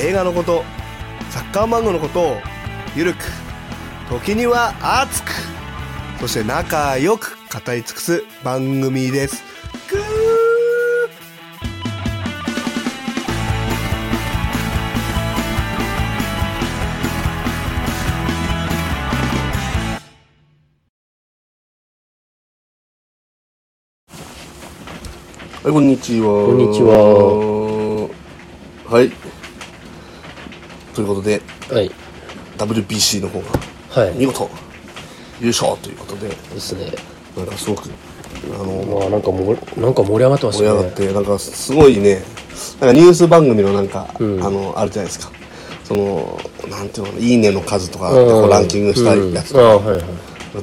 映画のことサッカー漫画のことをゆるく時には熱くそして仲良く語り尽くす番組ですぐーはい、こんにちは。こんにちは。はい。ということで、はい。 WBC の方がはい。見で事優勝ということで、すね。なんかすごく、あの、まあなんかもう、なんか盛り上がって盛ますりよ上ね。がって、なんかすごいね、なんかニュース番組のなんか、うんあの、あるじゃないですか。その、なんていうの、いいねの数とか、うんこうランキングしたやつとうんか、ああ、はいはい。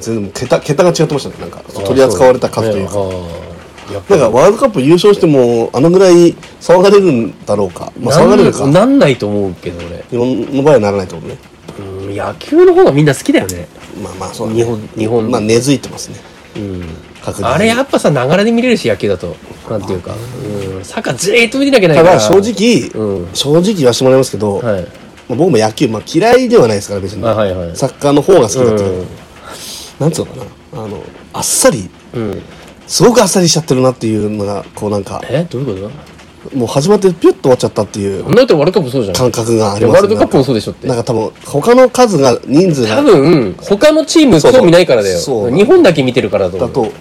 全然もう桁、桁が違ってましたね。なんか、取り扱われた数というか。ああやっぱなんかワールドカップ優勝しても、あのぐらい騒がれるんだろうか。まあ、騒がれるか。なんなんないと思うけど俺。日本の場合はならないってことね。うん、野球の方がみんな好きだよね。まあまあ、そうだね日本日本まあ、根付いてますね。うん。確実にあれやっぱさ、流れで見れるし、野球だと。なんていうか。うん。サッカーじーっと見てなきゃいけないたから。だ正。直、うん正直言わせてもらいますけど、まあはい。僕も野球、まあ、嫌いではないですから別に、あはいはい。サッカーの方が好きだったけど、うんなんつうのかなあのあっさりうん。すごくあっさりしちゃってるなっていうのがこうなんかえどういうこともう始まってピュッと終わっちゃったっていうこんなことワールドカップもそうじゃん。感覚があいりやまワーすルドカップなんもかそうでしょってな。んか多分他の数が人数多が分、他のチームそうそう興味ないからだよ。そう日本だけ見てるからだと思だう。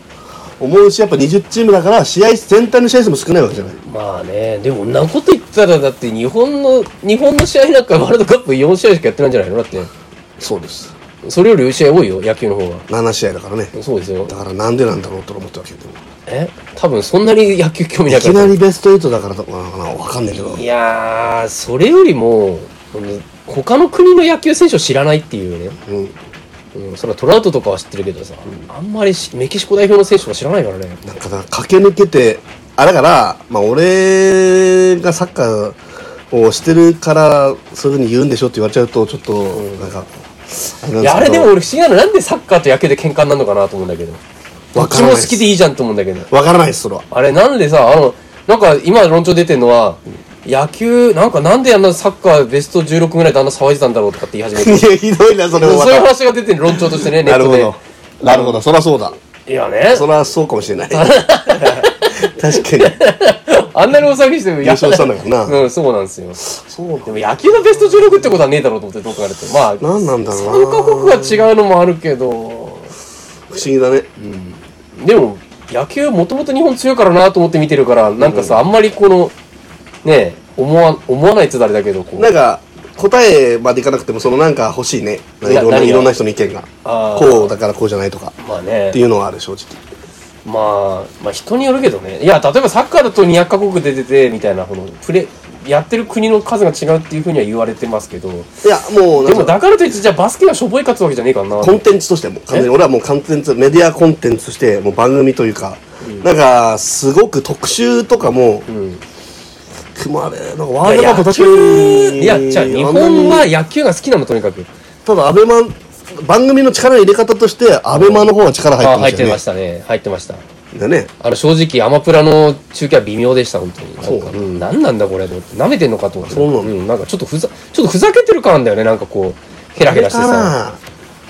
と思うしやっぱ20チームだから試合全体の試合数も少ないわけじゃないまあね、でも、んなこと言ったら、だって日本の、日本の試合なんかワールドカップ4試合しかやってないんじゃないのだって、そうですそれより試合多いよ、野球の方が。 7試合だからねそうですよだ。からなんでなんだろうと思ったわけでもえ多分そんなに野球興味ないかきっなた。りベスト8だからとかなのかなわかんないけどいやー、それよりも、うん他の国の野球選手を知らないっていうね。うんうん、それはトラウトとかは知ってるけどさ、あんまりしメキシコ代表の選手は知らないからね。なんかだ駆け抜けてあだから、まあ、俺がサッカーをしてるからそういうふうに言うんでしょって言われちゃうとちょっとなんか、あれなんですけどいや、あれでも俺不思議なの、なんでサッカーと野球で喧嘩になるのかなと思うんだけど。どわっかちらもない好ですきでいいじゃんと思うんだけど。わからないですそれは あれなんでさ、あの、なんか今論調出てんのは、野球、なんかなんであんなサッカーベスト16ぐらいであんな騒いでたんだろうとかって言い始めいて。やひどい なそれもまそういうた話が出てる論調としてね、ネなッるトほでど。なるほどそりゃそうだいやね、そりゃそうかもしれない 確かにあんなに大騒ぎしても優勝したんだからなうん、そうなんですよ。そうなんでも野球のベスト16ってことはねえだろうと思って、どう考えると。まあ、何なんだろう参な加国が違うのもあるけど、不思議だね、でも、野球もともと日本強いからなと思って見てるから、なんかさ、あんまりこの、ねえ、思わ、思わないって言ったらあれだけど、こう。なんか答えまでいかなくてもそのなんか欲しいねいやろんな何がいろんな人の意見があーこうだからこうじゃないとかまあね。っていうのはある正直まあ、まあ人によるけどね。いや、例えばサッカーだと200カ国出てて、みたいな、この、プレ、やってる国の数が違うっていうふうには言われてますけど、いやもうなでんもかだからといって、じゃあバスケがしょぼいかつわけじゃねえからな。コンテンツとしても完全に俺はもうコンテンツメディアコンテンツとしてもう番組というか、なんかすごく特集とかもうん。組まれなんかいワールドカや、ップ野確球かにいや、じゃあ日本あんなはに野球が好きなの、とにかく。ただアベマ番組の力の入れ方としてアベマの方は力あ入入っっててままししたよたね。入ってました。ねでねあの、正直、アマプラの中継は微妙でした、本当に。そうなんかうん、なんなんだこれ、と思って。舐めてんのかと思って。そうなのん、なんかちょっとふざ、ちょっとふざけてる感あんだよね、なんかこう、ヘラヘラしてださ。か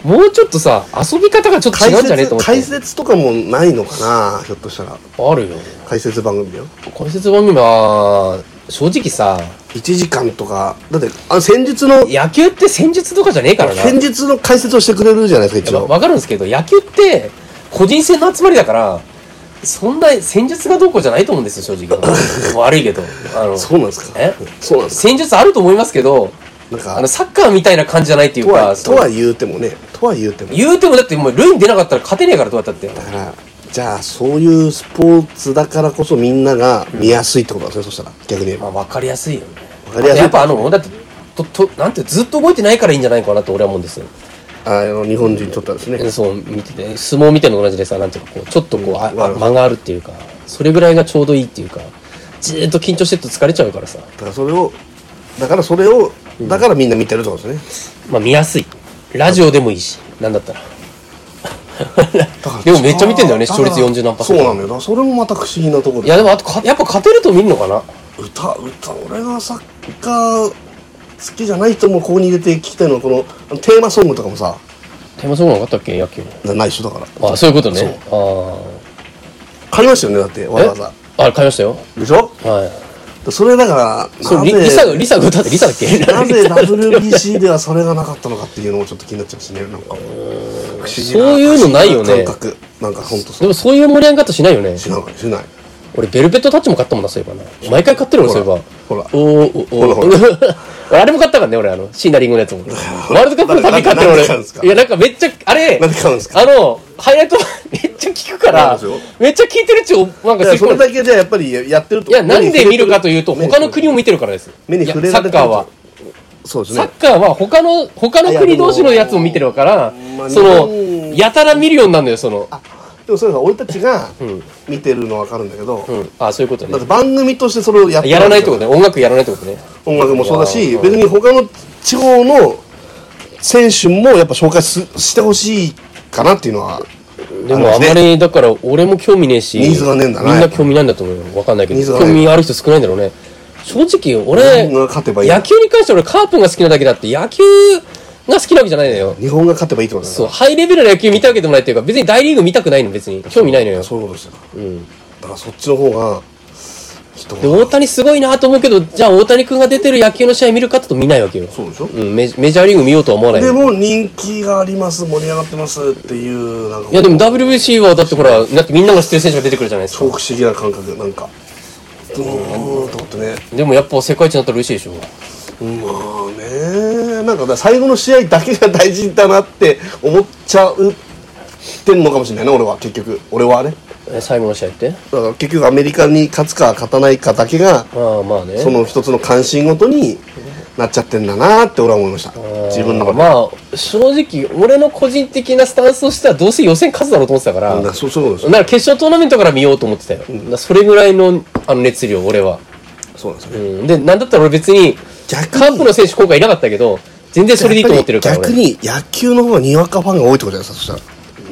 らもうちょっとさ、遊び方がちょっと解違うんじゃねえ説と思って。解説とかもないのかなひょっとしたらあるよ。解説番組だよ解説番組は、正直さ、 1時間とかだってあ先日の野球って戦術とかじゃねえからな。先日の解説をしてくれるじゃないですか一わ応わかるんですけど、野球って、個人戦の集まりだから、そんな戦術がどうこうじゃないと思うんですよ、正直。 悪いけど。あの、そうなんですかえそうなんです戦術あると思いますけど、なんかあの、サッカーみたいな感じじゃないっていうとはか、そとのは言うてもねとは言うても言うてもだってもう塁に出なかったら勝てねえからどうやったって。だからじゃあそういうスポーツだからこそみんなが見やすいってことなんですね、そしたら逆に言えまばあ、わかりやすいよね。わかりやすいやっぱあの、だって、と、と、なんていう、ずっと動いてないからいいんじゃないかなと俺は思うんですよ。あの日本人にとったんですね、そう、見てて、相撲みたいなのと同じでさ、なんていうか、こう、ちょっとこう、ああうんわかる間があるっていうか、それぐらいがちょうどいいっていうか、じーっと緊張してると疲れちゃうからさ、だからそれをだからそれをだからみんな見てるってことですね、まあ見やすい。ラジオでもいいし、なんだったら。だからでもめっちゃ見てんだよねから視聴率40何パーセそンうトなんだよなそれもまた不思議なところいや、でもあとか、やっぱ勝てると見んのかな歌歌俺がサッカー好きじゃない人もここに入れて聞きたいのはこのあのテーマソングとかもさテーマソングなかったっけ野球。なない人だからあ、そういうことね。あ借りましたよねだってわあ。えざわざあ、買いましたよ。でしょはい。それだからそう、なリぜリサが、リサが歌って、リサだっけなぜ WBC ではそれがなかったのかっていうのもちょっと気になっちゃうしねなんか不思議なそういうのないよね感覚なんかほんとそでもそういう盛り上がり方しないよねう。しないしない俺、ベルベットタッチも買ったもんな、そういえばな。毎回買ってる俺、そういえば。ほらおーおほらおほー俺 あれも買ったからね、俺、あの、シーナリングの やつも。ワールドカップのたび買ってるなんで俺。買うんですかいや、なんかめっちゃ、あれ、なんで買うんですかあの、ハイライト めっちゃ聞くかなんらですよ、めっちゃ聞いてるっちゅう、なんかいやそすごれいだけじゃやっぱりやってるといや、なんで見るかというと、目に他の国を見てるからです。目に触れられてるいやサッカーは。そうですサねッカーは他の、他の国同士のやつを見てるからまあ、そ日本の、やたら見るようになるのよ、その。あでもそれさ俺たちがん見てるの分かるんだけど、うん。あ、そういうことだってね。番組としてそれをやってやらないってとことね。音楽やらないってことね。音楽もそうだしうん別に他の地方の選手もやっぱ紹介すしてほしいかなっていうのはでもあまり、だから俺も興味ねえし、ニーズがねえんだなみんな興味ないんだと思うよ。わかんないけニーズど、が興ねえ味ある人少ないんだろうね。正直、俺、日本が勝てばいい野球に関して俺カープが好きなだけだって、野球が好きなわけじゃないのよ。日本が勝てばいいってことだそう、よハイレベルな野球見たわけでもないっていうか、別に大リーグ見たくないの、別に。興味ないのよ。そういうことですようん。だからそっちの方が人でが大谷すごいなと思うけど、じゃあ大谷君が出てる野球の試合見るかって言うと見ないわけよ。そうでしょうん、メジメジャーリーグ見ようとは思わない。でいも人気があります盛り上がってますっていうなんかやでも WBC はだってほら、だってみんなが知ってる選手が出てくるじゃないです超か。不思議な感覚なんかうーんと思ってねでもやっぱ世界一になったら嬉しいでしょ。うんまあねなんかだから最後の試合だけが大事だなって思っちゃうってんのかもしれないね俺は結局俺はねえ最後の試合ってだから結局アメリカに勝つか勝たないかだけがああまあね。その一つの関心ごとになっちゃってんだなって俺は思いました自分の中で、まあ、正直、俺の個人的なスタンスとしてはどうせ予選勝つだろうと思ってたから、だからそうそういうことなら決勝トーナメントから見ようと思ってたよ。だからそれぐらいのあの熱量、俺は。ですそうなんですよねうん。で、なんだったら俺別に、逆にカープの選手今回いなかったけど、全然それでいいと思ってるから俺。逆に野球の方がにわかファンが多いってことじゃないですかそした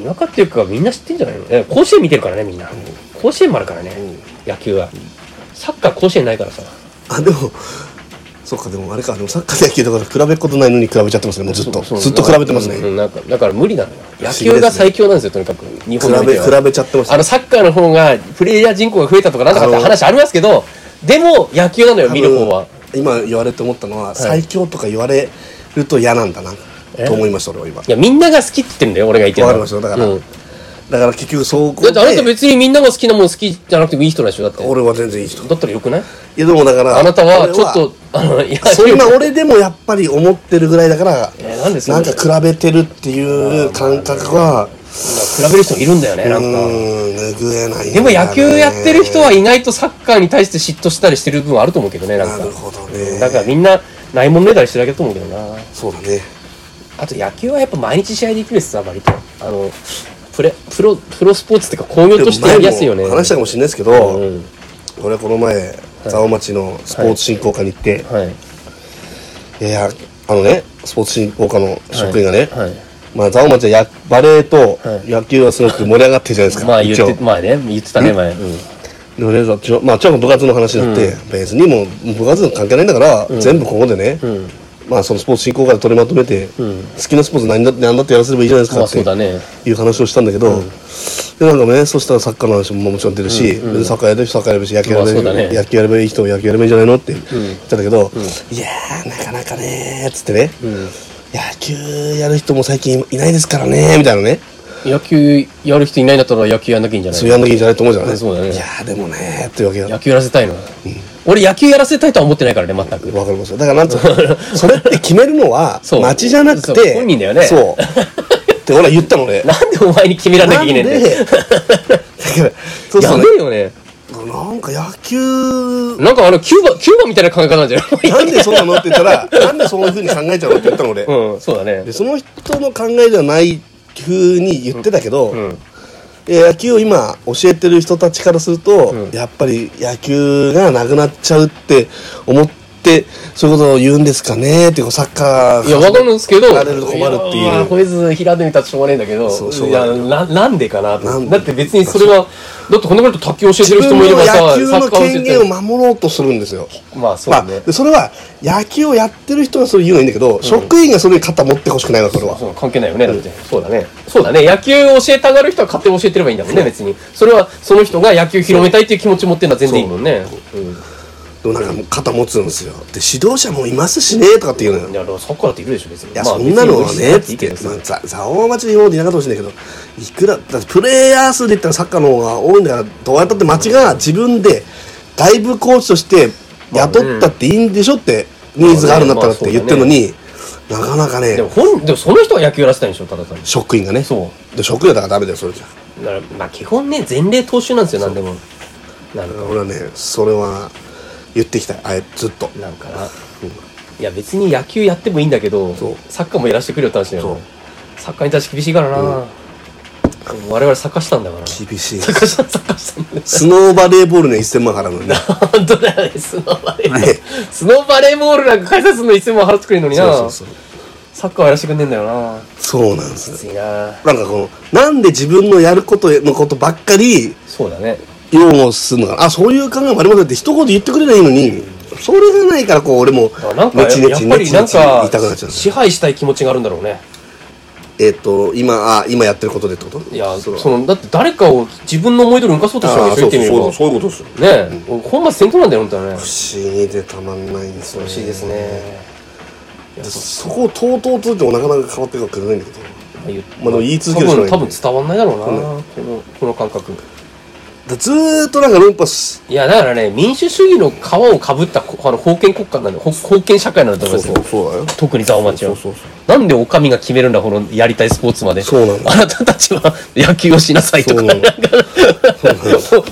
ら中っていうかみんな知ってんじゃないのえ甲子園見てるからねみんな、甲子園もあるからね、野球はサッカー甲子園ないからさあでもそうかでもあれかでもサッカーと野球だから比べることないのに比べちゃってますねもうずっとずっと比べてますね、うんうんなんかだから無理なのよ不思野議ですね球が最強なんですよとにかく日本比べ比べちゃってますねあのサッカーの方がプレイヤー人口が増えたとかなんとかって話ありますけどでも野球なのよ見る方は多分今言われて思ったのは、最強とか言われると嫌なんだなえと思いました俺は今いやみんなが好きって言ってるんだよ俺が言ってるわかのりはましただから、うんだから結局そうこだでってあなた別にみんなが好きなもん好きじゃなくてもいい人なんでしょだって俺は全然いい人いだったらよくないやでもだからあなたは俺ちょっとあのいや そんな俺でもやっぱり思ってるぐらいだから、えーなんでそんななんか比べてるっていう感覚は、比べる人もいるんだよねなんかうーん拭えないんだでよもね野球やってる人は意外とサッカーに対して嫉妬したりしてる部分あると思うけどね、なんか。なるほどねだからみんな、ないもんねだりしてるだけだと思うけどな。そうだねあと野球はやっぱ毎日試合できるしさ、割と。あの、プレ、プロ、プロスポーツっていうか工業としてやりやすいよね。でも前も話したかもしれないですけうど、ん。俺この前蔵王町のスポーツ振興課に行って、はい。いやあのねスポーツ振興課の職員がね、はい。まあ蔵王町はやバレーとはい野球はすごく盛り上がってるじゃないですか、まあ言一応って、まあね、言ってたね、前。うん。で俺たちのまあ中学の部活の話だって、別にもう部活関係ないんだから、全部ここでね、んまあそのスポーツ振興会で取りまとめて、ん好きなスポーツ何だって何だってやらせればいいじゃないですまかあってそうだね。いう話をしたんだけど、でなんかねそしたらサッカーの話ももちろん出るし、別にサッカーやれる人サッカーやればいいし野球やればいい、まあそうだね野球やればいい人野球やればいいんじゃないのって言ったんだけど、いやーなかなかねーっつってね、野球やる人も最近いないですからねーみたいなね野球やる人いないんだったら野球やんなきゃいいんじゃなそういやんなきゃいいんじゃないと思うじゃない、そうだねいやーでもねーっていうわけよ野球やらせたいの。俺野球やらせたいとは思ってないからね、全く。わかりますよだからなんつうのそれって決めるのは そう町じゃなくそうて本人だよねそうって俺は言った のねなんでお前に決められなきゃいけないんだよ。なんでだからそうやそうべえよね。なんなんか野球、なんかあの、キューバ、キューバみたいな考え方なんじゃな いなんでそうなのって言ったら、なんでそういう風に考えちゃうのって言ったの俺。うん、 そうだねで、。その人の考えじゃない風に言ってたけど、うん。いや野球を今教えてる人たちからすると、うんやっぱり野球がなくなっちゃうって思ってそういうことを言うんですかねっていうサッカーいや、わかるんですけど、られると困るっていうやこいつ、平手に立つしょうがないんだけど、そうしょういがやないな、なんでかなとな思っんて。でだって別にそれは、だってこんなこと卓球教えて自る人分もいれのばさ、野球の権限をる。守ろうとするんですよ。まあそうまあ、ね。でそれは野球をやってる人がそれ言うのはいいんだけど、職員がそれに肩持ってほしくないわそれは。そう関係ないよね、だって。そうだね。そうだね。野球を教えたがる人は勝手に教えてればいいんだもんね、別に。それは、その人が野球広めたいっていう気持ち持ってるのは全然いいもんね。でもなんかもう肩持つんですよ。で指導者もいますしねとかって言うのよ。いや、だからサッカーだっているでしょ、別に。いや、まあそんなのは別に無ね、理しなくついっいけて、どさまあ、ざざお町で言うこと言いなかったかもしれないけど、いくら、だってプレイヤー数で言ったらサッカーの方が多いんだから、どうやったって町が自分で外部コーチとして雇ったっていいんでしょって、ニーズがあるんだったらって言ってるのに、なかなかねで、も本、でもその人が野球やらせたいんでしょ、ただ単に。職員がね、そう。で職員だからダメだよ、それじゃ。だからまあ基本ね前例踏襲なんですよ何でもなんか俺はね、それは言ってきた、あえずっと。なんかないや別に野球やってもいいんだけどそうサッカーもやらせてくれよって話だよそサッカーに対して厳しいからな、我々サッカーしたんだからサ厳しい。ッカーしたサッカーしたんだよスノーバレーボールね、1000万払うの にね。本当だよねスノーバレーボール、ねスノーバレーボールなんか解説するのいつも払ってくれるのになそうそうそう。サッカーはやらせてくんねえんだよなそうなんですよきついななんかこの、なんで自分のやることのことばっかりそうだね擁護するのかな。あ、そういう考えもありますよって一言言ってくれりゃいいのに、それがないからこう俺もだからなん、かねやちねちっぱねりちなねんち言いたくなっかちゃう。支配したい気持ちがあるんだろうねえっと、今、あ、今やってることでってこといやそそうのだって誰かを自分の思い通りに動かそうとしてるわあけーでしょそう言そうそういうこってみればとですよ。ねえ、本末転倒なんだよ、本当はね。不思議でたまんないんですよ、美味しいです。ね。でそこをとうとうとってもなかなか変わってくれないんだけど。まあ言うまあでも言い続けるしか多な分い多分伝わんないだろうな、このこの感覚。だずーっとなんか論破し、いや、だからね、民主主義の皮をかぶったこあの封建国家なんで、ほ封建社会なんだと思いますよ。そうだよ。特にザオマチは。そうそうそなんでお上が決めるんだ、このやりたいスポーツまで。そうなのあなたたちは野球をしなさいとか、そうななんのか、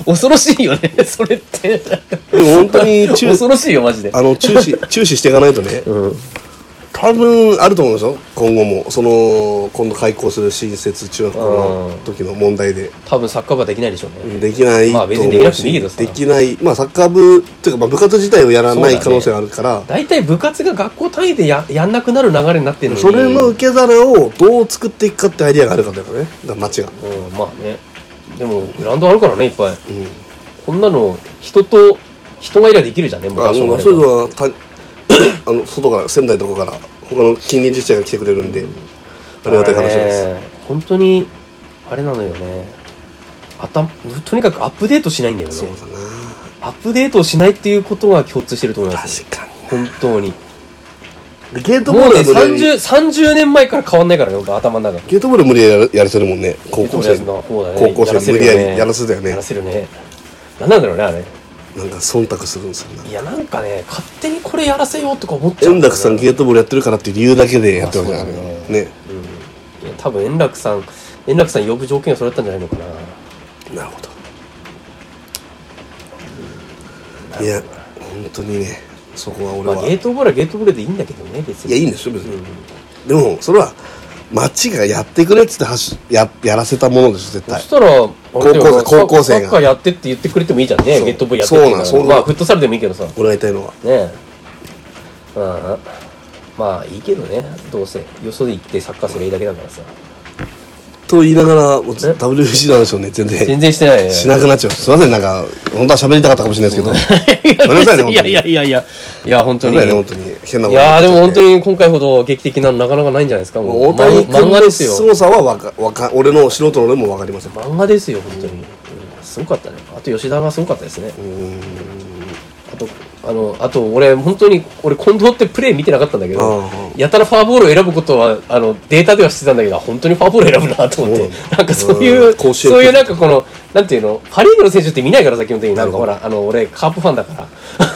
恐ろしいよね、それって。でも本当に中、恐ろしいよ、マジで。あの、注 視、注視していかないとね、うん。多分あると思うんですよ今後もその今度開校する新設中学校の時の問題で多分サッカー部はできないでしょうね。できないまとあ別思にできなうくてもいいけどしさできないまあサッカー部っていうかまあ部活自体をやらないそうだね可能性があるから大体部活が学校単位でややんなくなる流れになってるのにそれの受け皿をどう作っていくかってアイデアがあるかだよねだから町がうんまあねでもグラウンドあるからねいっぱいうんこんなの人と人がいりゃできるじゃんねあ昔ののそういうのはたあの外から仙台とかから他の近隣自治体が来てくれるんでありがたい話です本当にあれなのよね頭とにかくアップデートしないんだよねそうだなアップデートをしないっていうことが共通してると思います確かに本当にでゲートボもールうねは無理やり 30, 30年前から変わんないからね本当頭の中ゲートボール無理やりやらせるもんね高校生にの方だね高校生やらせる無理やよりねやらせたよねやらせるね何なんだろうねあれなんか忖度するんですよね。いやなんかね勝手にこれやらせようとか思っちゃう円楽さんうんいゲートボールやってるからっていう理由だけでやってるわけだからまあそうね。だや多分円楽さん円楽さん呼ぶ条件がそれだったんじゃないのかななるほど。いや、本当にね、そこは俺まあは。ゲーいトボールはゲートボールでいいんだけどね別にや、いいんですよ、別に。でも、それは、町がやってくれっつってはしややらせたものでしょ、絶そ対。したら高校生高校生サがッカーやってって言ってくれてもいいじゃんねそうゲートボールやってって言うそうなんそうまなんあフットサルでもいいけどさね俺が言いたいのは。えうんまあいいけどねどうせよそで行ってサッカーすればいいだけだからさと言いながら、もう WBC の話をね、全然全然してないねしなくなっちゃう。すいません、なんか、本当は喋りたかったかもしれないですけど。ごめんなさいね本当にいやいやいやいや いや本当ごめんになさいね、本当に。変なこと言っちいゃやってーでも本当に今回ほど劇的なのなかなかないんじゃないですかも大谷漫君画でのすよ凄さはわかわか俺の素人の俺も分かりません漫画ですよ本当に、うんすごかったねあと吉田がすごかったですねあとあのあと俺本当に俺近藤ってプレー見てなかったんだけどあやたらフォアボールを選ぶことはあのデータではしてたんだけど本当にフォアボールを選ぶなと思ってそうなんかそういううん甲子園そういうなんかこのなんていうのパ・リーグの選手って見ないからさ基本的になんかなほるらあの俺カープファンだか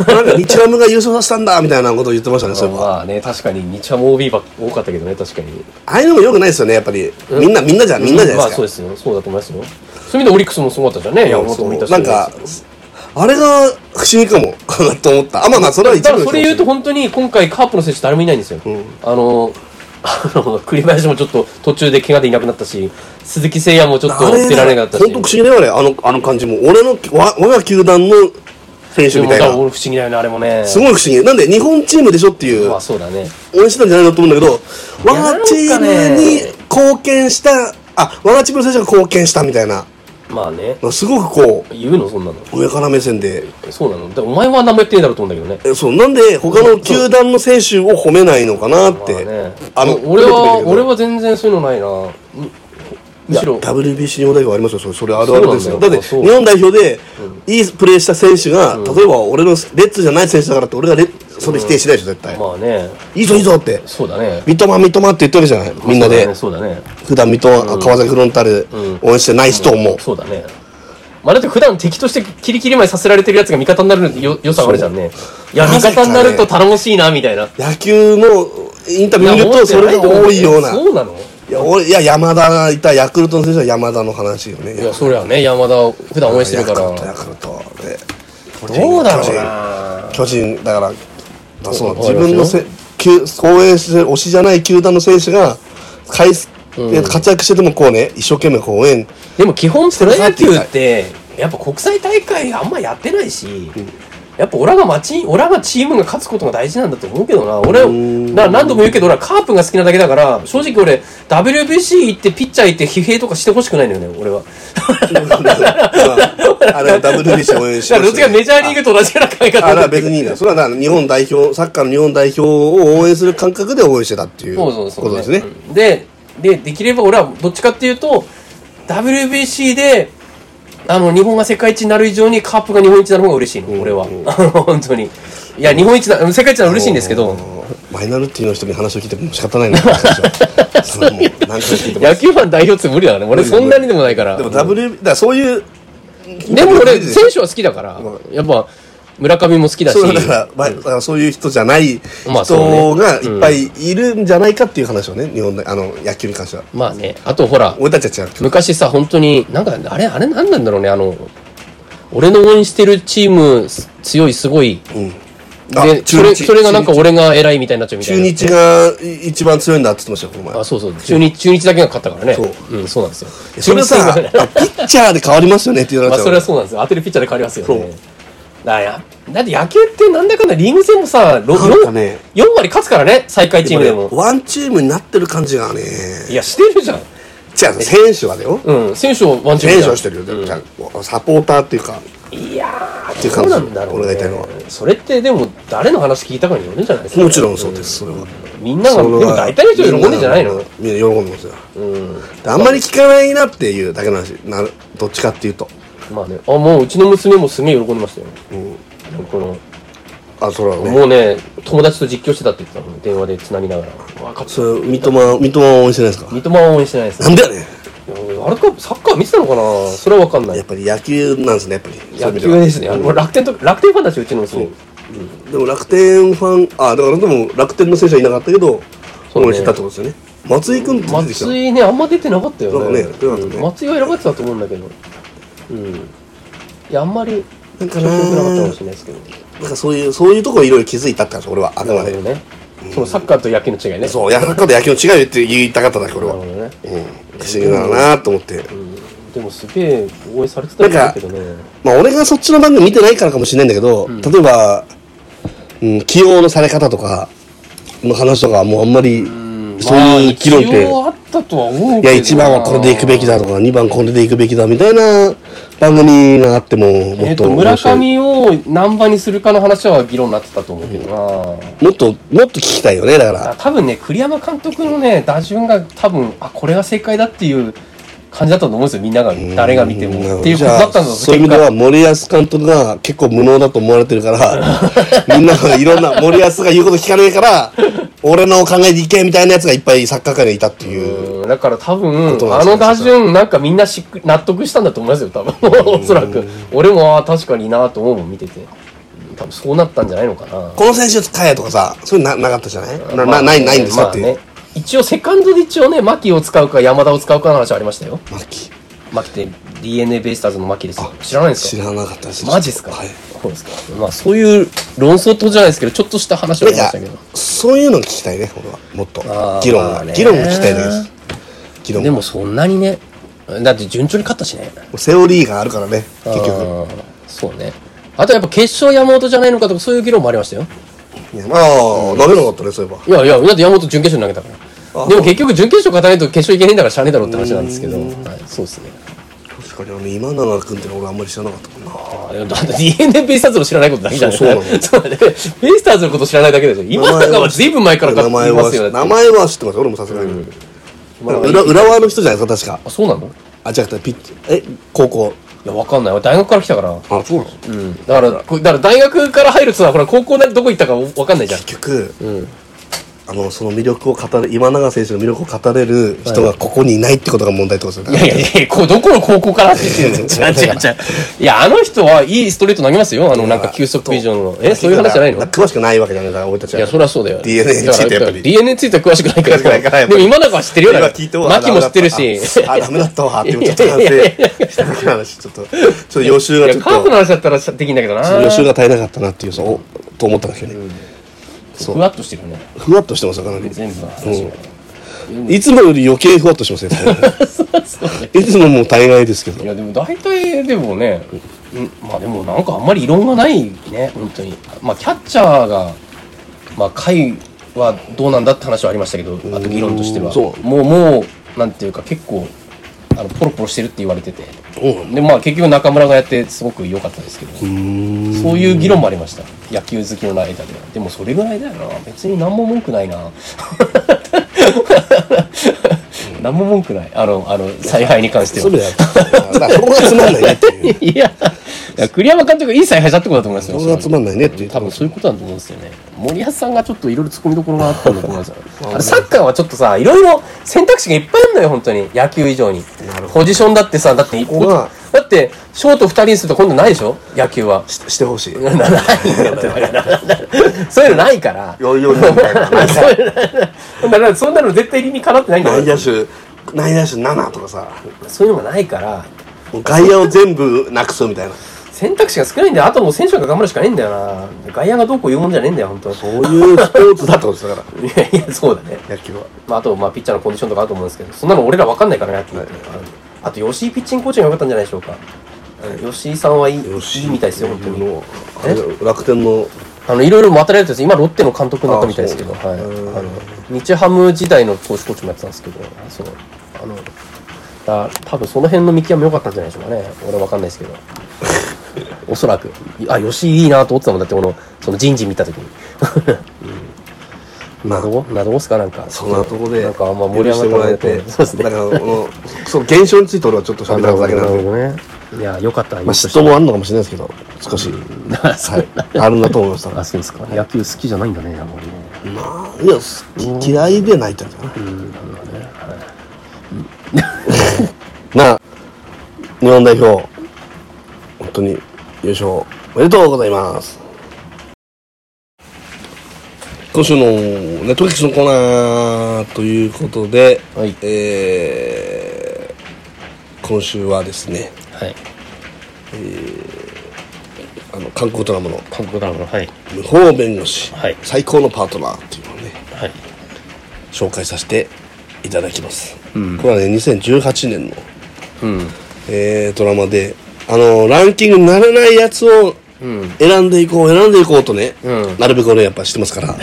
らなんか日ハムが優勝させたんだみたいなことを言ってました ねそれはまあね確かに日ハム OB ばっ多かったけどね確かにああいうのもよくないですよねやっぱりみんなみんなじゃみんなじゃなまいあでそうすですよそうだと思いますよそういう意味でオリックスもすごかったじゃんねか山うん本そうもいたしなんかあれが不思議かもと思ったあまあまあそれは一だか部らですそれ言うと本当に今回カープの選手誰もいないんですよ。んあの、あの、栗林もちょっと途中で怪我でいなくなったし、鈴木誠也もちょっとあれ出られなかったし。本当不思議だよねあのあの感じも俺のわ我が球団の選手でみもただいかなら俺不思議だよね、あれもね。すごい不思議なんで日本チームでしょっていうまあそうだね。応援してたんじゃないのと思うんだけどいや我がチームに貢献したあ我がチームの選手が貢献したみたいなまあね。すごくこ言うの、そんなの。う上から目線でそうなの。でお前は何もやってねえだろうと思うんだけどね。えそうなんで他の球団の選手を褒めないのかなって、まあね。あの俺は、俺はは全然そういうのないな。むむしろ、 WBC 日本代表ありますよそれそれあるあるですよそうだってなんだよ日そう本代表でいいプレーした選手が、例えば俺のレッツじゃない選手だからって俺がレッそれ否定しないでしょ絶対、まあね、いいぞいいぞってそうだね。三笘三笘って言ってるわけじゃないみんなで、そうだね。普段水戸、川崎フロンターレ応援してない人も、そうだね。まあ、だって普段敵としてキリキリ前させられてるやつが味方になるよ良さがあるじゃんね。いや、な味ぜかね方になると頼もしいな、みたいな。野球のインタビュー見るとそれが多いようなそうなのいや俺いや山田がいたヤクルトの選手は山田の話よねいや、そりゃね、山田を普段応援してヤるクかルら。トヤクルトでどうだろうな。巨人だからまあそうわか自ります分よのせ球応援してる推しじゃない球団の選手が返す、で活躍しててもこうね一生懸命こう応援でも基本プロ野球って、やっぱ国際大会あんまやってないし、やっぱオラが町、オラがチームが勝つことが大事なんだと思うけどな。俺、だから何度も言うけど、俺はカープが好きなだけだから、正直俺、WBC 行ってピッチャー行って疲弊とかしてほしくないのよね、俺は。あれは WBC 応援しだてからどっちかメジャーリーグと同じような考え方あれはだ別にいい な。それはだから日本代表、サッカーの日本代表を応援する感覚で応援してたっていうそうこそうそうとですね。うんででできれば俺はどっちかっていうと WBC であの日本が世界一になる以上にカープが日本一なの方が嬉しいの、俺はあの 本当にいや日本一な世界一なの嬉しいんですけどマイナルティの人に話を聞いても仕方ないな。それはもう何回も聞いても野球ファン代表って無理だね俺そんなにでもないからでも W、だからそういう、でも俺選手は好きだからやっぱ村上も好きだしそうだから、まあだからそういう人じゃないまあそ人うがいっぱいいるんじゃないかっていう話をね、日本代あの野球に関しては。まあねあとほら俺たちは違うけど。昔さ本当になんかあれあれ何なんだろうねあの俺の応援してるチーム強いすごい、あでそ中れ日それがなんか俺が偉いみたいになっちゃうみたい中日なが一番強いんだって言ってましたよ、この前あ。そうそう中日中日だけが勝ったからねそう,、ん、そうなんですよそれさ、中日あピッチャーで変わりますよねって言われまあたそれはそうなんですよ当てるピッチャーで変わりますよねだからやだって野球ってなんだかんだリーグ戦もさ、ろなんかね4割勝つからね最下位チームでもワンチームになってる感じがね。いやしてるじゃん違う、選手はだよ。うん選手をワンチー選ムだ手はしてるよ。じゃあサポーターっていうか、いやっていうー感どうじなんだろう、ね、俺が言いたいのはそれってでも誰の話聞いたかによるんじゃないですか、もちろんそうです、それは。みんなが、でも大体の人喜んでんじゃないのみんな喜んでますよ。であんまり聞かないなっていうだけの話。なるどっちかっていうと。まあね、あ、もううちの娘もすげえ喜んでましたよ。うんこの、あ、それはね。もうね、友達と実況してたって言ってたの、電話で繋ぎながら。わかっそれ、三笘、三笘は応援してないですか三笘は応援してないです。なあんだよね。れか、サッカー見てたのかなそれはわかんなやいっ。ぱり野球なんですね、やっぱり。そういう意野味球ではですね。あの楽天と、楽天ファンだし、うちの娘。でも楽天ファン、あ、だからでも楽天の選手はいなかったけど、そうね応援してたってことですよね。松井君って出てきた松井ね、あんま出てなかったよなね。んかね出なかったねうん松井は選ばれてたと思うんだけど。うん。いや、あんまり、なんか食な欲なかったかもしれないですけど。なんかそういう、そういうところいろいろ気づいたって話、俺は、あくまなるでほど。ね。そのサッカーと野球の違いね。そう、いやサッカーと野球の違いよって言いたかっただけ、俺なは。るうんほどね。不思議だなと思って。でもすげえ応援されてたんだけどね。まあ、俺がそっちの番組見てないからかもしれないんだけど、例えば、うん、起用のされ方とか、の話とかはもうあんまり、そういう議論って、まあ一応あったとは思ういけどや、な。 1番はこれでいくべきだとか、2番これでいくべきだみたいな番組があっても、もえっっとと、村面白い、上を何番にするかの話は議論になってたと思うけどな。もっと、もっと聞きたいよね、だから。あ多分ね、栗山監督のね、打順が多分、あ、これが正解だっていう感じだったと思うんですよ、みんなが。誰が見てうんも。っていうことだったんだじゃぞあそういう意味では森保監督が結構無能だと思われてる からみんながいろんな森保が言うこと聞かねえから俺の考えでいけみたいなやつがいっぱいサッカー界にいたっていううんだから多分ことなんであすねの打順なんかみんなしっく納得したんだと思いますよ多分おそらく俺もあー確かになと思うもん見てて多分そうなったんじゃないのかなこの選手使えとかさそういうのななかったじゃないな,な、まあないないんですかっていう、まあね、一応セカンドで一応ね牧を使うか山田を使うかの話はありましたよマッキー牧って DNA ベイスターズの牧ですよ。知らないんです知からなかったですマジですか、はいそうですか。まあそういう論争とじゃないですけど、ちょっとした話をなしましたけんかそういうの聞きたいね俺はもっとあー議論まがあね議論が聞きたいです議ど。論でもそんなにね、だって順調に勝ったしね。セオリーがあるからね結局あー。そうね。あとやっぱ決勝山本じゃないのかとかそういう議論もありましたよ。いやまあ投げなかったねそういえばいやいや、だって山本準決勝に投げたから。あでも結局準決勝勝たないと決勝いけねえんだからしゃあねえだろって話なんですけど、はい、そうですね。確かにあの今永君っての俺あんまり知らなかったもんなあーだって DNA ベイスターズの知らないことだけじゃないそうそうなのそうだね。ベイスターズのこと知らないだけでしょ。今なんかは随分前からか名って言前いまはすよね。名前は知ってます俺もさすがに、なんか裏浦和の人じゃないですか確かあ、そうなのいあ違うピッチえ高校や、わかんない。俺大学から来たから。あそうなのうん。だから、こだから大学から入るっつうのは、ほら、高校なりどこ行ったかわかんないじゃん。結局、あのその魅力を語る今永選手の魅力を語れる人がここにいないってことが問題ってことですよね、いやいやいや、こうどこの高校からって言ってるんですよ。違う違う違う。いや、あの人はいいストレート投げますよ。あの、なんか球速以上の。え、そういう話じゃないのだから詳しくないわけじゃないから俺たちはいや、そりゃそうだよ。 DNA についてやっぱり DNA については 詳しくない 詳しくないからから。やっでぱもり今なんかは知ってるよ今ね聞いて。マキも知ってるし。あダメだったわあダメだったわって今ちょっと反省しただからちょっとちょっと予習いがやちょっカープとの話だったらできんだけどな。予習が足りなかったなっていうそうおと思ったんですけどねふわっとしてるね。ふわっとしてますよかなり全部の話が。うんいつもより余計ふわっとしてますねそうねいつももう大概ですけど いや、でも大体でもね、うんまあでもなんかあんまり異論がないね、本当に。まあキャッチャーが、まあ回はどうなんだって話はありましたけど、あと議論としては。そうもう、もう、なんていうか結構、あのポロポロしてるって言われてて。うんで、まあ結局中村がやってすごく良かったですけど、うんそういう議論もありました。野球好きの間で。でもそれぐらいだよな。別に何も文句ないな。何も文句ない。あの、あの、采配に関してはそ。れやだからそこがつまんないね っていういや、いや栗山監督がいい采配したってことだと思いますそよ。こがつまんないねっていう多分そういうことだと思うんですよね。森保さんがちょっといろいろ突っ込みどころがあったんだと思いますよ。あれサッカーはちょっとさ、いろいろ選択肢がいっぱいあるのよ、本当に。野球以上になるほ。どポジションだってさ、だって一ここがだって、ショート二人にすると今度ないでしょ野球は。ししてほしいなないよだからそういうのないから。よいよいよみたいなあそういうのだから、そんなの絶対理にかなってないんだ内よ。野手内野手7とかさそういうのがないから、もう外野を全部なくすみたいな選択肢が少ないんだよ。あともう選手が頑張るしかねえんだよな。外野がどうこう言うもんじゃねえんだよ、本当そういうスポーツだってことですだかいやいや、そうだね。ら野球はまあ、あと、まあ、ピッチャーのコンディションとかあると思うんですけど、そんなの俺らわかんないからね、野球ってあと、吉井ピッチングコーチが良かったんじゃないでしょうか。うん吉井さんはいい吉井いいみたいですよ、本当に。のあれ楽天のあの、いろいろ待たれてるんです今、ロッテの監督になったみたいですけど、あはそうい。うんあの、日ハム時代の投手コーチもやってたんですけど、そう。あの、だ多分その辺の見極め良かったんじゃないでしょうかね。俺はわかんないです けど。おそらく。あ、吉井いいなと思ってたもんだって、この、その人事見たときに。まあ などうなどうっすかなんか。そんなとこでなんかあんま盛り上がっ許たなしてもらえとてそうですねだ。からこのその現象について俺はちょっと喋りたかっただけなんでね。いや、よかった。まあ嫉妬もあるのかもしれないですけど少しはいあるんだと思いました あ、そうですか。野球好きじゃないんだね、あんまりね。まあいや好き嫌いでないってんじゃないなあ日本代表本当に優勝おめでとうございます今週のネットフリックスのコーナーということで、はいえー今週はですねはい。あの韓国ドラマの韓国ドラマの、はい。 「無法弁護士、はい最高のパートナー」というのをねはい。紹介させていただきます、これはね2018年のうん。 えー、ドラマで、あのランキングにならないやつをうん選んでいこう、選んでいこうとね、うんなるべくね、やっぱしてます から、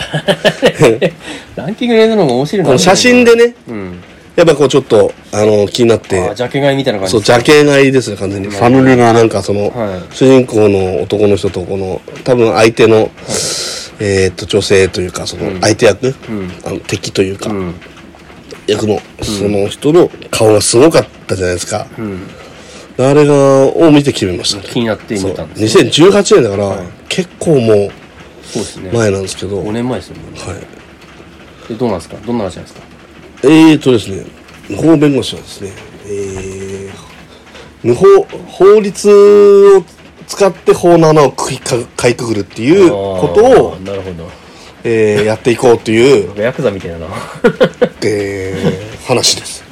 ランキング入れるのも面白いこのな。写真でね、うん。やっぱこうちょっと、あの、気になっあ、て、ジャケ買いみたいな感じ。そう、邪気買いですね、完全に。ファミリーがなんかその、はい主人公の男の人と、この、多分相手の、えーっと、女性というか、その、相手役、あの敵というか、うん。役の、その人の顔がすごかったじゃないですか。うん。あれが、を見て決めましたね。気になってそう見たんですね2018年だから、結構もそうですねう。前なんですけど、 5はい、年前ですよね。で、どうなんですかどんな話なんですかえーとですね無法弁護士はですね、えー無法法律を使って法の穴をくいかかいくぐるっていうことあをー、なるほど。えーやっていこうという、ヤクザみたいだな。えー話です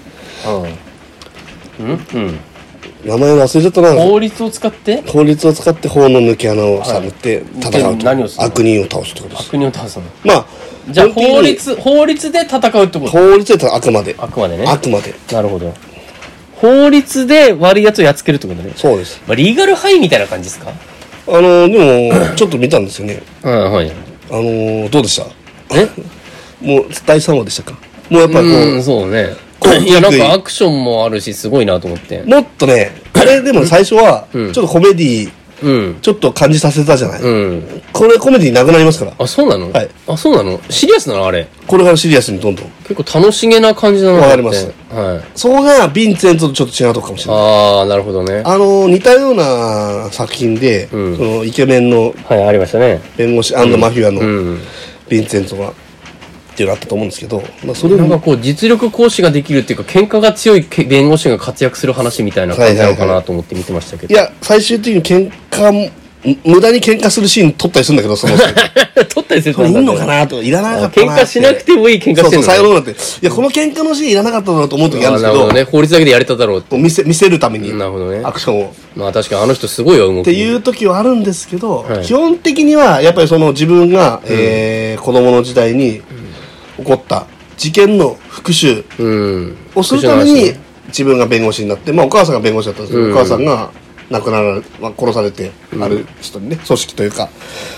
うん。うんうん。名前忘れちゃ ったな。法律を使って法律を使って法の抜け穴を探って戦うと。何をするの悪人を倒すってことです。悪人を倒すのまあ、じゃあ基本的に法律法律で戦うってこと法律であくまで。あくまでねあくまで。なるほど法律で悪いやつをやっつけるってことね、そうです。まあ、リーガルハイみたいな感じですかあの、で も、ちょっと見たんですよね。うんはいあの、どうでしたえもう、第3話でしたかもうやっぱりこう、うんそうねこういやなん低いかアクションもあるしすごいなと思ってもっとね、あれ でも最初は、ちょうんっとコメディうんちょっと感じさせたじゃない、うんこれコメディなくなりますから。あそうなの、はいあそうなのシリアスなのあれこれからシリアスにどんどん。結構楽しげな感じだなと思ってわかりますはいそこがヴィンセントとちょっと違うとこかもしれない。ああなるほどねあの、似たような作品で、うんそのイケメンのはいありましたね弁護士マフィアのうヴんィンセントが、っていうのあったと思うんですけど、まあ、それなもんかこう実力行使ができるっていうか喧嘩が強いけ弁護士が活躍する話みたいな感じなのかなと思って見てましたけいど、や、最終的に喧嘩も、無駄に喧嘩するシーン撮ったりするんだけど、その 人取ったりするこれいいのかなとか、いらなかった喧な嘩しなくてもいい喧嘩してるそのうねそう、最後の方になって。いや、この喧嘩のシーンいらなかったなと思う時ああるんでーすなけるど、ほどね法律だけでやれただろうってこう見せ見せるために、なるほどねアクションを。っまあ確かにあの人すごいよ動きていう時はあるんですけど、はい基本的には、やっぱりその自分が、えー子供の時代に起こった事件の復讐うんをするために口の話ね、自分が弁護士になって、まあお母さんが弁護士だったんですけど、うんお母さんが亡くなられ、まあ、殺されて、ある人にね、組織というか、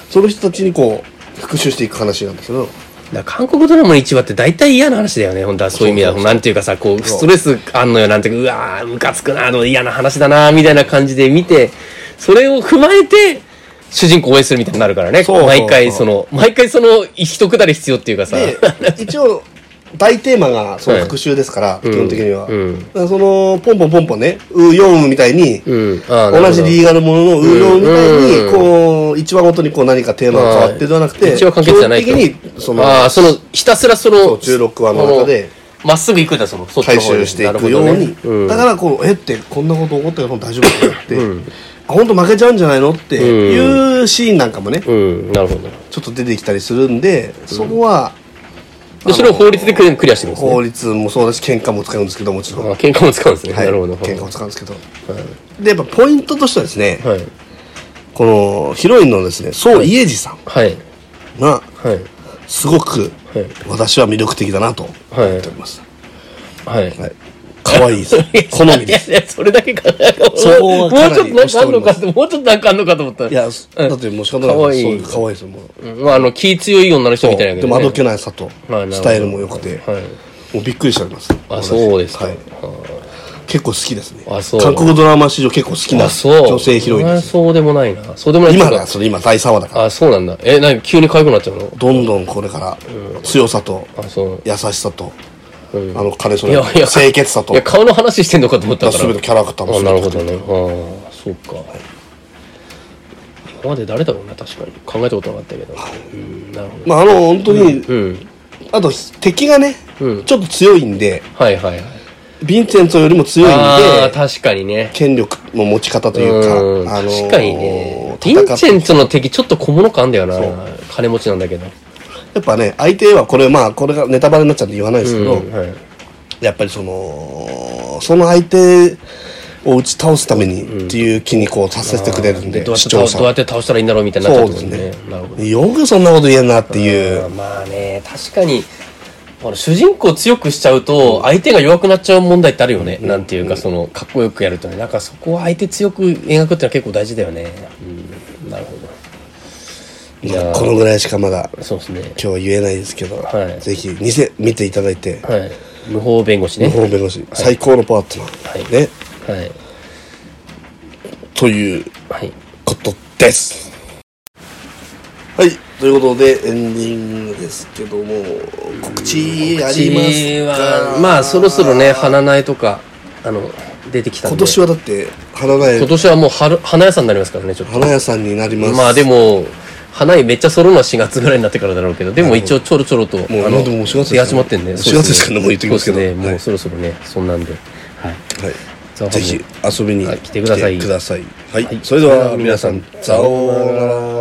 その人たちにこう、復讐していく話なんですけど、だから韓国ドラマの一話って大体嫌な話だよね本当はそういう意味だそうとそうなんていうかさこうそうストレスあんのよなんていうかうわームカつくなあの嫌な話だなみたいな感じで見てそれを踏まえて主人公を応援するみたいになるからねそうそうそう毎回その毎回その一くだり必要っていうかさ で一応大テーマがその復讐ですから、うん基本的には、うんだからそのポンポンポンポンねウ・ヨンウみたいに、うんあーなるほど同じリーガルもののウ・ヨンウみたいうんにこう一話ごとにこう何かテーマが変わってではなくて一応完結じゃない基本的にそのああそのひたすらそのそう16話の中でこのまっすぐ行くんだそのそっちの回方に収していくようなに、るほどねうんだからこうえってこんなこと起こったけど大丈夫かなって、あ本当負けちゃうんじゃないのっていうシーンなんかもね、うんなるほどちょっと出てきたりするんでそこはでそれを法律でクリアクリアしてるんですね法律もそうだし喧嘩も使うんですけどもちろんあー喧嘩も使うんですね、はい、なるほど喧嘩を使うんですけど、でやっぱポイントとしてはですね、はいこのヒロインのですね宋家治さんはいがはいすごくはい私は魅力的だなとはい思っております、はい。はい、可愛いで す好みですいやいや、それだけかな。そこはもかうなちょっりとなんかあんの押かしって、もうちょっとなんかあんのかと思った。いやだってもう仕方ない可愛いそういう可愛いですよもううん、まあ、あの、気強い女の人みたいなでもあどけない佐藤、はいスタイルも良くて、はいもうびっくりしておりますあ、そうですか。はい、結構好きですねあそう韓国ドラマ史上結構好きなあ、そう。女性ヒロインあですそうでもないな。そうでもない今っていうだかそれ今第3話だからあ、そうなんだ。え、なに急に可愛くなっちゃうのどんどんこれから強さとあ、そう。優しさと、あの彼それいやいや清潔さといや、顔の話してんのかと思ったから。全てキャラクターもあ、なるほど全てね。ああ、そうか。今まで誰だろうな、確かに。考えたことなかったけど。うん、なるほど。まああの本当に、うん。あと敵がね、うんちょっと強いんではいはいはい。ヴィンセントよりも強いんああ、で確かにね。権力の持ち方というか、うんあの確かにね。戦ヴィンセっントの敵ちょっと小物感あんだよな。金持ちなんだけど。やっぱね相手はこれまあこれがネタバレになっちゃうんで言わないですけど、うんはいやっぱりそのその相手を打ち倒すためにっていう気にこうさせてくれるんで、どうやっ視て倒聴す者どうやって倒したらいいんだろうみたいになっちゃそううとでこすろねなるほよくそんなこと言えんなっていうど。まあね、確かに、あの主人公を強くしちゃうと、相手が弱くなっちゃう問題ってあるよね。なんていうか、その、かっこよくやるとね。なんかそこは相手強く描くってのは結構大事だよね。うん。なるほど。いまやあこのぐらいしかまだ今そうですね。日は言えないですけど、はいぜひ見せ見ていただいて、はい。無法弁護士ね。日本弁護士、最高のパートナー、はいねはい。というはい。ことです。はいということでエンディングですけども告知ありますかはまあそろそろね花苗とかあの出てきたん今で年はだって花苗今年はもう春花屋さんになりますからねちょっと花屋さんになりますまあでも花屋めっちゃ揃うのは4月ぐらいになってからだろうけどでも一応ちょろちょろともうでももう4月です出始まってんで4そう月ですからねもう言っときますけどそうですねはいもうそろそろねそんなんではいはいザワハぜムひ遊びにはい来てください来てくださいはい、それでは皆さんさようなら